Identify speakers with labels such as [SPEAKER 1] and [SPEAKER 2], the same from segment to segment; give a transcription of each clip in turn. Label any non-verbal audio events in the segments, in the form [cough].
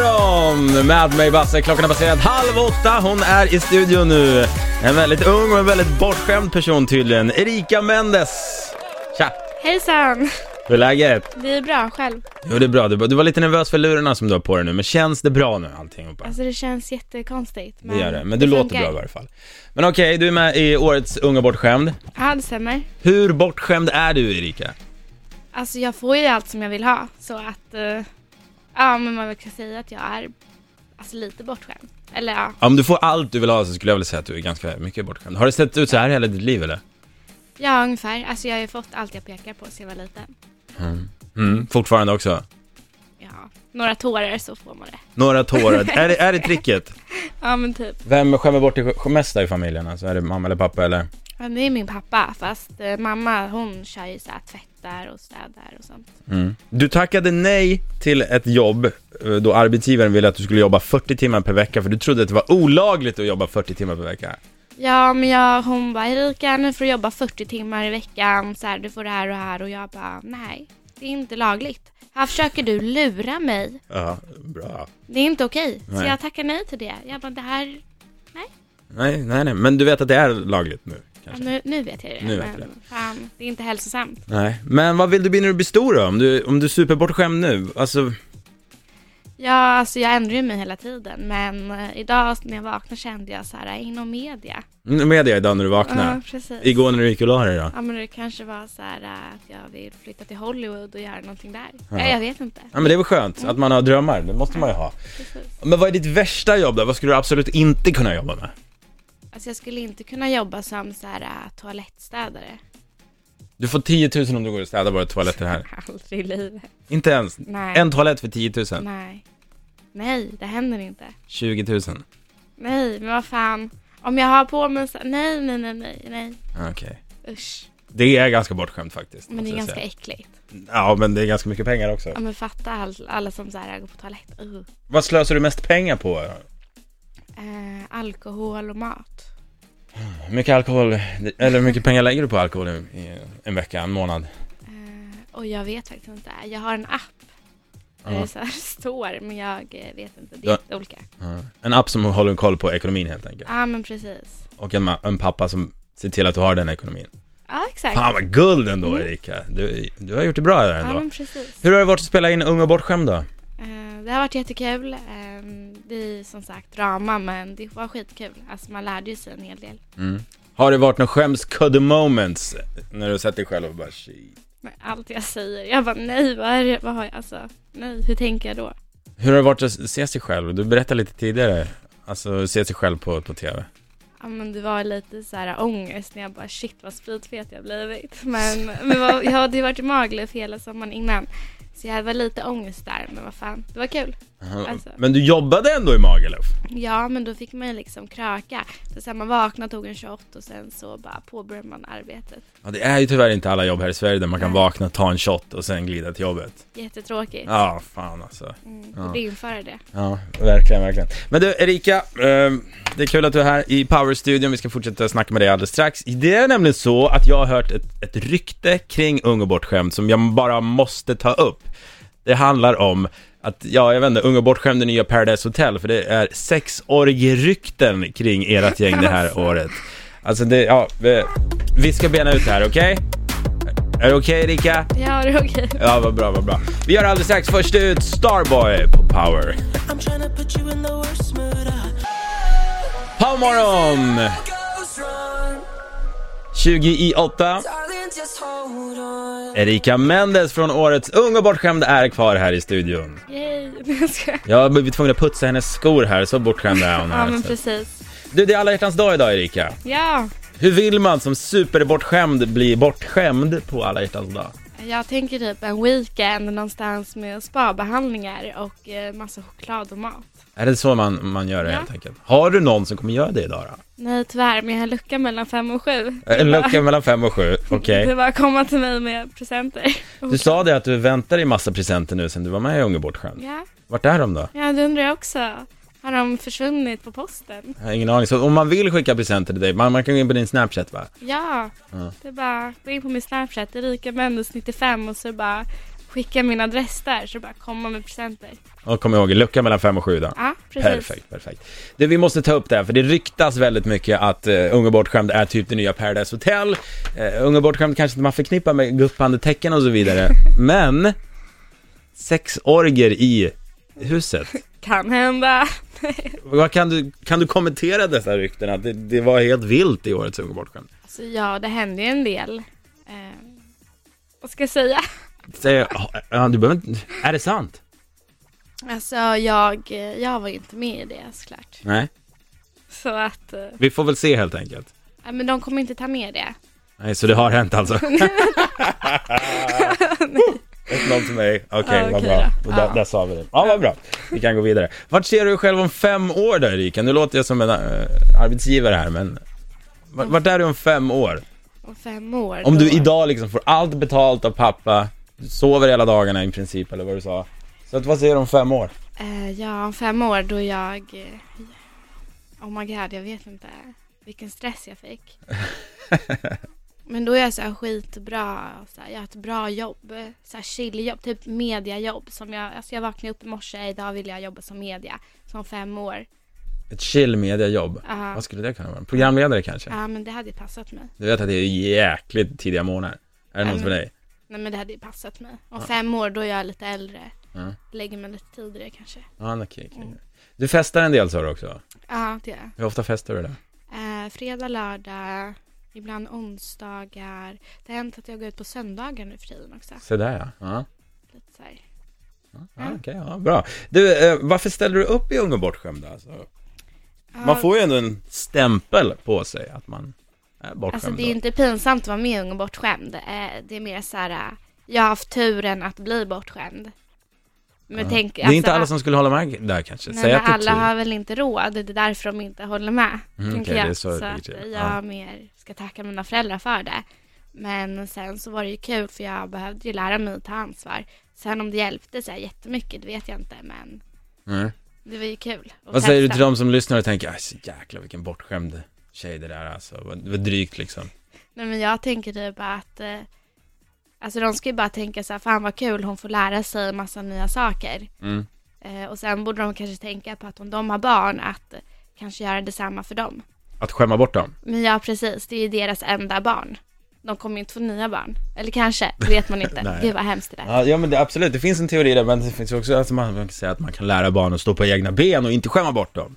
[SPEAKER 1] morgon med mig Basse. Klockan är passerat halv åtta. Hon är i studion nu. En väldigt ung och en väldigt bortskämd person tydligen. Erika Mendes. Tja!
[SPEAKER 2] Hejsan!
[SPEAKER 1] Hur är läget?
[SPEAKER 2] Det är bra, själv.
[SPEAKER 1] Jo det är bra. Du, du var lite nervös för lurarna som du har på dig nu, men känns det bra nu alltihopa?
[SPEAKER 2] Alltså det känns jättekonstigt.
[SPEAKER 1] Det gör det, men du låter bra i varje fall. Men okej, du är med i årets Unga bortskämd.
[SPEAKER 2] Ja, det stämmer.
[SPEAKER 1] Hur bortskämd är du Erika?
[SPEAKER 2] Alltså jag får ju allt som jag vill ha, så att... eh, ja, men man kan säga att jag är alltså, lite bortskämd. Eller ja,
[SPEAKER 1] Om du får allt du vill ha så skulle jag vilja säga att du är ganska mycket bortskämd. Har det sett ut så här hela ditt liv eller?
[SPEAKER 2] ja ungefär. Alltså jag har ju fått allt jag pekar på sen jag var liten.
[SPEAKER 1] Mm, fortfarande också.
[SPEAKER 2] Ja, några tårar så får man det.
[SPEAKER 1] Några [laughs] tårar. är, det, är det tricket?
[SPEAKER 2] Ja, men typ.
[SPEAKER 1] Vem skämmer bort det mest där i familjen? Alltså är det mamma eller pappa eller?
[SPEAKER 2] Ja, det är min pappa, fast eh, mamma hon kör ju så här tvättar och städar och sånt.
[SPEAKER 1] Du tackade nej till ett jobb eh, då arbetsgivaren ville att du skulle jobba 40 timmar per vecka för du trodde att det var olagligt att jobba 40 timmar per vecka.
[SPEAKER 2] Ja, men jag, hon bara Erika, nu får du jobba 40 timmar i veckan, så här, du får det här och det här och jag bara nej, det är inte lagligt. Här försöker du lura mig,
[SPEAKER 1] Ja, bra.
[SPEAKER 2] det är inte okej. Så
[SPEAKER 1] Nej.
[SPEAKER 2] jag tackar nej till det. Jag bara det här,
[SPEAKER 1] Nej, nej, nej, men du vet att det är lagligt nu?
[SPEAKER 2] ja,
[SPEAKER 1] Kanske.
[SPEAKER 2] nu, nu vet jag det.
[SPEAKER 1] Nu vet jag
[SPEAKER 2] men fan, det är inte hälsosamt.
[SPEAKER 1] Nej, men vad vill du bli när du blir stor då? Om du, om du är superbortskämd nu? Alltså,
[SPEAKER 2] Ja, alltså jag ändrar ju mig hela tiden, men eh, idag när jag vaknade kände jag så här "Äh, inom media.
[SPEAKER 1] media idag när du vaknar.
[SPEAKER 2] Ja, precis.
[SPEAKER 1] Igår när du gick och la dig då?
[SPEAKER 2] Ja, men det kanske var så här eh, att jag vill flytta till Hollywood och göra någonting där.
[SPEAKER 1] Ja.
[SPEAKER 2] Ja, jag vet inte.
[SPEAKER 1] Ja men det är väl skönt att man har drömmar, det måste man ju ha.
[SPEAKER 2] Precis.
[SPEAKER 1] Men vad är ditt värsta jobb då? Vad skulle du absolut inte kunna jobba med?
[SPEAKER 2] Alltså jag skulle inte kunna jobba som så här äh, toalettstädare.
[SPEAKER 1] Du får 10 000 om du går och städar våra toaletter här.
[SPEAKER 2] [laughs] Aldrig i livet.
[SPEAKER 1] Inte ens.
[SPEAKER 2] Nej.
[SPEAKER 1] En toalett för 10 000.
[SPEAKER 2] Nej. Nej, det händer inte.
[SPEAKER 1] 20 000.
[SPEAKER 2] Nej, men vad fan. Om jag har på mig så... Nej, nej, nej, nej, nej.
[SPEAKER 1] Ah, Okej.
[SPEAKER 2] Usch.
[SPEAKER 1] Det är ganska bortskämt faktiskt.
[SPEAKER 2] Men det är
[SPEAKER 1] måste jag
[SPEAKER 2] ganska äckligt.
[SPEAKER 1] säga. Ja men det är ganska mycket pengar också.
[SPEAKER 2] Ja, men fatta all, alla som så här går på toalett. Uh.
[SPEAKER 1] Vad slösar du mest pengar på? då?
[SPEAKER 2] Eh, alkohol och mat.
[SPEAKER 1] Hur mycket alkohol, eller hur mycket pengar lägger du på alkohol i, i en vecka, en månad?
[SPEAKER 2] Eh, och jag vet faktiskt inte. Jag har en app. Där
[SPEAKER 1] Ja.
[SPEAKER 2] det så här [laughs] står, men jag eh, vet inte. Det
[SPEAKER 1] Ja.
[SPEAKER 2] är olika. Ja,
[SPEAKER 1] Ja. Ah. En app som håller koll på ekonomin helt enkelt.
[SPEAKER 2] men precis.
[SPEAKER 1] Och en, ma- en pappa som ser till att du har den ekonomin.
[SPEAKER 2] Ja, exakt.
[SPEAKER 1] Fan vad guld ändå Erika. Du, du har gjort det bra där
[SPEAKER 2] Mm. Ja,
[SPEAKER 1] ändå.
[SPEAKER 2] men precis.
[SPEAKER 1] Hur har det varit att spela in Ung och bortskämd då?
[SPEAKER 2] Eh, Det har varit jättekul. Eh, Det är som sagt drama men det var skitkul. Alltså man lärde ju sig en hel del.
[SPEAKER 1] Mm. Har det varit några skämskudde moments när du sett dig själv och bara shit?
[SPEAKER 2] Men allt jag säger, jag bara nej vad är det, vad har jag, alltså nej hur tänker jag då?
[SPEAKER 1] Hur har det varit att se sig själv? Du berättade lite tidigare, alltså se sig själv på, på TV.
[SPEAKER 2] Ja men det var lite så här ångest när jag bara shit vad spritfet jag blivit. Men, men vad, jag hade ju varit i Magaluf hela sommaren innan. Så jag var lite ångest där men vad fan, det var kul. Alltså.
[SPEAKER 1] Men du jobbade ändå i Magaluf?
[SPEAKER 2] Ja men då fick man ju liksom kröka. Så sen man vaknade tog en shot och sen så bara påbörjade man arbetet.
[SPEAKER 1] Ja, det är ju tyvärr inte alla jobb här i Sverige där man kan
[SPEAKER 2] Nej.
[SPEAKER 1] vakna, ta en shot och sen glida till jobbet.
[SPEAKER 2] Jättetråkigt.
[SPEAKER 1] Ja, fan alltså.
[SPEAKER 2] Mm,
[SPEAKER 1] Ja.
[SPEAKER 2] Borde införa det.
[SPEAKER 1] Ja, verkligen, verkligen. Men du, Erika, eh, det är kul att du är här i Power-studion. Vi ska fortsätta snacka med dig alldeles strax. Det är nämligen så att jag har hört ett, ett rykte kring Ung och bortskämd som jag bara måste ta upp. Det handlar om att, ja, jag vet inte, Ung och bortskämd, det nya Paradise Hotel, för det är sexorgerykten kring ert gäng det här året. Alltså, det, ja, vi, vi ska bena ut det här, okej? Är det okej, Erika?
[SPEAKER 2] Ja, det är
[SPEAKER 1] [laughs]
[SPEAKER 2] okej.
[SPEAKER 1] Ja, vad bra, vad bra. Vi gör alldeles strax. Först ut, Starboy på Power.
[SPEAKER 3] I'm trying to put you in the worst mood. I
[SPEAKER 1] God morgon!
[SPEAKER 3] goes wrong.
[SPEAKER 1] 20 i 8.
[SPEAKER 3] Darling, just hold on.
[SPEAKER 1] Erika Mendes från årets Ung och bortskämd är kvar här i studion.
[SPEAKER 2] Yay! [laughs] Nej, jag skojar.
[SPEAKER 1] Jag har blivit tvungen att putsa hennes skor här, så bortskämd är hon
[SPEAKER 2] Ja,
[SPEAKER 1] här.
[SPEAKER 2] men
[SPEAKER 1] Så-
[SPEAKER 2] precis.
[SPEAKER 1] Du, det är alla hjärtans dag idag Erika.
[SPEAKER 2] Ja,
[SPEAKER 1] Hur vill man som superbortskämd bli bortskämd på alla hjärtans dag?
[SPEAKER 2] jag tänker typ en weekend någonstans med spabehandlingar och eh, massa choklad och mat.
[SPEAKER 1] Är det så man, man gör det
[SPEAKER 2] Ja.
[SPEAKER 1] helt enkelt? Har du någon som kommer göra det idag då?
[SPEAKER 2] Nej tyvärr, men jag har lucka mellan fem och sju.
[SPEAKER 1] En Äh, lucka mellan fem och
[SPEAKER 2] [laughs]
[SPEAKER 1] sju, okej.
[SPEAKER 2] Det var att komma till mig med presenter.
[SPEAKER 1] Du sa det att du väntar i massa presenter nu sen du var med i Ung och bortskämd.
[SPEAKER 2] Ja,
[SPEAKER 1] Vart är de då?
[SPEAKER 2] ja det undrar jag också. Har de försvunnit på posten?
[SPEAKER 1] Jag har ingen aning. Så om man vill skicka presenter till dig, man, man kan gå in på din Snapchat va?
[SPEAKER 2] Ja, det är bara gå in på min Snapchat, Erika Mendes 95 och så bara skicka min adress där så bara komma med presenter.
[SPEAKER 1] Och kom ihåg, lucka mellan 5 och 7 då.
[SPEAKER 2] Ja, precis.
[SPEAKER 1] Perfekt, perfekt. Du, vi måste ta upp det här, för det ryktas väldigt mycket att uh, Unga bortskämd är typ det nya Paradise Hotel. Uh, unga bortskämd kanske inte man förknippar med gupphandetecken och så
[SPEAKER 2] [laughs]
[SPEAKER 1] vidare, men sexorger i huset.
[SPEAKER 2] Kan hända.
[SPEAKER 1] Vad kan, du, kan du kommentera dessa rykten? Att det, det var helt vilt i årets Unga bortskämd.
[SPEAKER 2] Alltså ja, det händer ju en del. Eh, vad ska jag säga?
[SPEAKER 1] Säg, ja, du behöver inte, är det sant?
[SPEAKER 2] Alltså jag, jag var ju inte med i det såklart.
[SPEAKER 1] Nej,
[SPEAKER 2] Så att, eh,
[SPEAKER 1] vi får väl se helt enkelt.
[SPEAKER 2] nej, men de kommer inte ta med det.
[SPEAKER 1] Nej, så det har hänt alltså?
[SPEAKER 2] [laughs]
[SPEAKER 1] [laughs] 1-0 till mig, okej
[SPEAKER 2] Ja,
[SPEAKER 1] vad
[SPEAKER 2] okej
[SPEAKER 1] bra.
[SPEAKER 2] då.
[SPEAKER 1] Där,
[SPEAKER 2] Ja.
[SPEAKER 1] där sa vi det. Ja vad bra, vi kan gå vidare. Vart ser du dig själv om fem år då Erika? Nu låter jag som en eh, arbetsgivare här men vart, vart är du om fem år?
[SPEAKER 2] Om fem år.
[SPEAKER 1] Om
[SPEAKER 2] då-
[SPEAKER 1] du idag liksom får allt betalt av pappa, du sover hela dagarna i princip eller vad du sa. Så att, vad ser du om fem år?
[SPEAKER 2] Eh, ja, om fem år då jag... eh, Oh my god, jag vet inte vilken stress
[SPEAKER 1] [laughs]
[SPEAKER 2] jag fick. Men då är jag så här skitbra, så här, jag har ett bra jobb, så här chilljobb, typ mediajobb. Som jag, alltså jag vaknade upp i morse, idag vill jag jobba som media, som fem år. Ah.
[SPEAKER 1] Ett chill mediajobb.
[SPEAKER 2] Ja.
[SPEAKER 1] Vad skulle det kunna vara? Programledare kanske?
[SPEAKER 2] Ja, men det hade ju passat mig.
[SPEAKER 1] Du vet att det är jäkligt tidiga månader. Är det
[SPEAKER 2] Ja,
[SPEAKER 1] något för
[SPEAKER 2] men-
[SPEAKER 1] dig?
[SPEAKER 2] Nej men det hade ju passat mig. Om fem år då är jag lite äldre.
[SPEAKER 1] Ja.
[SPEAKER 2] Lägger mig lite tidigare kanske.
[SPEAKER 1] Ja, okej. okej. Du festar en del sa du också.
[SPEAKER 2] Ja, det gör jag.
[SPEAKER 1] Hur ofta festar du då?
[SPEAKER 2] Eh, fredag, lördag, ibland onsdagar. Det har hänt att jag går ut på söndagar nu för tiden också.
[SPEAKER 1] Se där ja. ja.
[SPEAKER 2] Lite så här.
[SPEAKER 1] Ja, Okej, ja, bra. Du, eh, varför ställer du upp i Ung och bortskämd alltså? Man
[SPEAKER 2] Ja,
[SPEAKER 1] får ju ändå en stämpel på sig att man är bortskämd.
[SPEAKER 2] Alltså det är ju inte pinsamt att vara med i Ung och bortskämd. Eh, det är mer så här, eh, jag har haft turen att bli bortskämd. Men tänk,
[SPEAKER 1] det är inte alla som skulle hålla med där kanske.
[SPEAKER 2] alltså, Nej,
[SPEAKER 1] Säg
[SPEAKER 2] men
[SPEAKER 1] att det är
[SPEAKER 2] alla
[SPEAKER 1] tur.
[SPEAKER 2] har väl inte råd, det är därför de inte håller med.
[SPEAKER 1] Mm,
[SPEAKER 2] tänker
[SPEAKER 1] okej, det är
[SPEAKER 2] jag.
[SPEAKER 1] så det
[SPEAKER 2] så att
[SPEAKER 1] ligger
[SPEAKER 2] jag
[SPEAKER 1] till. Ja.
[SPEAKER 2] mer ska tacka mina föräldrar för det. Men sen så var det ju kul för jag behövde ju lära mig att ta ansvar. Sen om det hjälpte så här jättemycket, det vet jag inte men
[SPEAKER 1] Mm.
[SPEAKER 2] det var ju kul. att
[SPEAKER 1] Vad säger du
[SPEAKER 2] testa.
[SPEAKER 1] till de som lyssnar och tänker, "Aj, så jäklar vilken bortskämd tjej det där alltså. Vad- Det var drygt liksom.
[SPEAKER 2] Nej men jag tänker typ att eh, Alltså de ska ju bara tänka så här, fan vad kul, hon får lära sig massa nya saker.
[SPEAKER 1] Mm.
[SPEAKER 2] Eh, och sen borde de kanske tänka på att om de har barn, att eh, kanske göra detsamma för dem.
[SPEAKER 1] Att skämma bort dem.
[SPEAKER 2] Men ja, precis. Det är ju deras enda barn. De kommer ju inte få nya barn. Eller kanske, det vet man inte.
[SPEAKER 1] [laughs] Nej.
[SPEAKER 2] Gud vad hemskt det där.
[SPEAKER 1] Ja, ja men det, absolut, det finns en teori där, men det finns ju också att man man kan säga att man kan lära barn att stå på egna ben och inte skämma bort dem.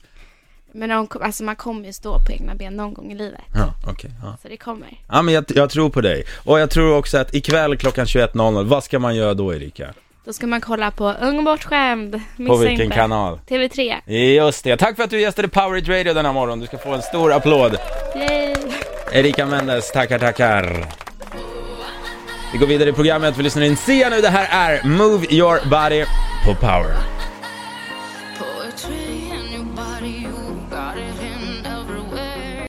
[SPEAKER 2] Men de, kom- alltså, man kommer ju stå på egna ben någon gång i livet.
[SPEAKER 1] Ja, okej. ja.
[SPEAKER 2] Så det kommer.
[SPEAKER 1] Ja men jag, jag tror på dig. Och jag tror också att ikväll klockan 21.00, vad ska man göra då Erika?
[SPEAKER 2] Då ska man kolla på Ung och bortskämd. Missa
[SPEAKER 1] På vilken
[SPEAKER 2] inte.
[SPEAKER 1] kanal?
[SPEAKER 2] TV3.
[SPEAKER 1] Just det, tack för att du gästade Powerit Radio denna morgon. Du ska få en stor applåd.
[SPEAKER 2] Yay!
[SPEAKER 1] Erika Mendes, tackar tackar. Vi går vidare i programmet, vi lyssnar in Sia nu. Det här är Move Your Body på Power.
[SPEAKER 4] Poetry in your body, you got it in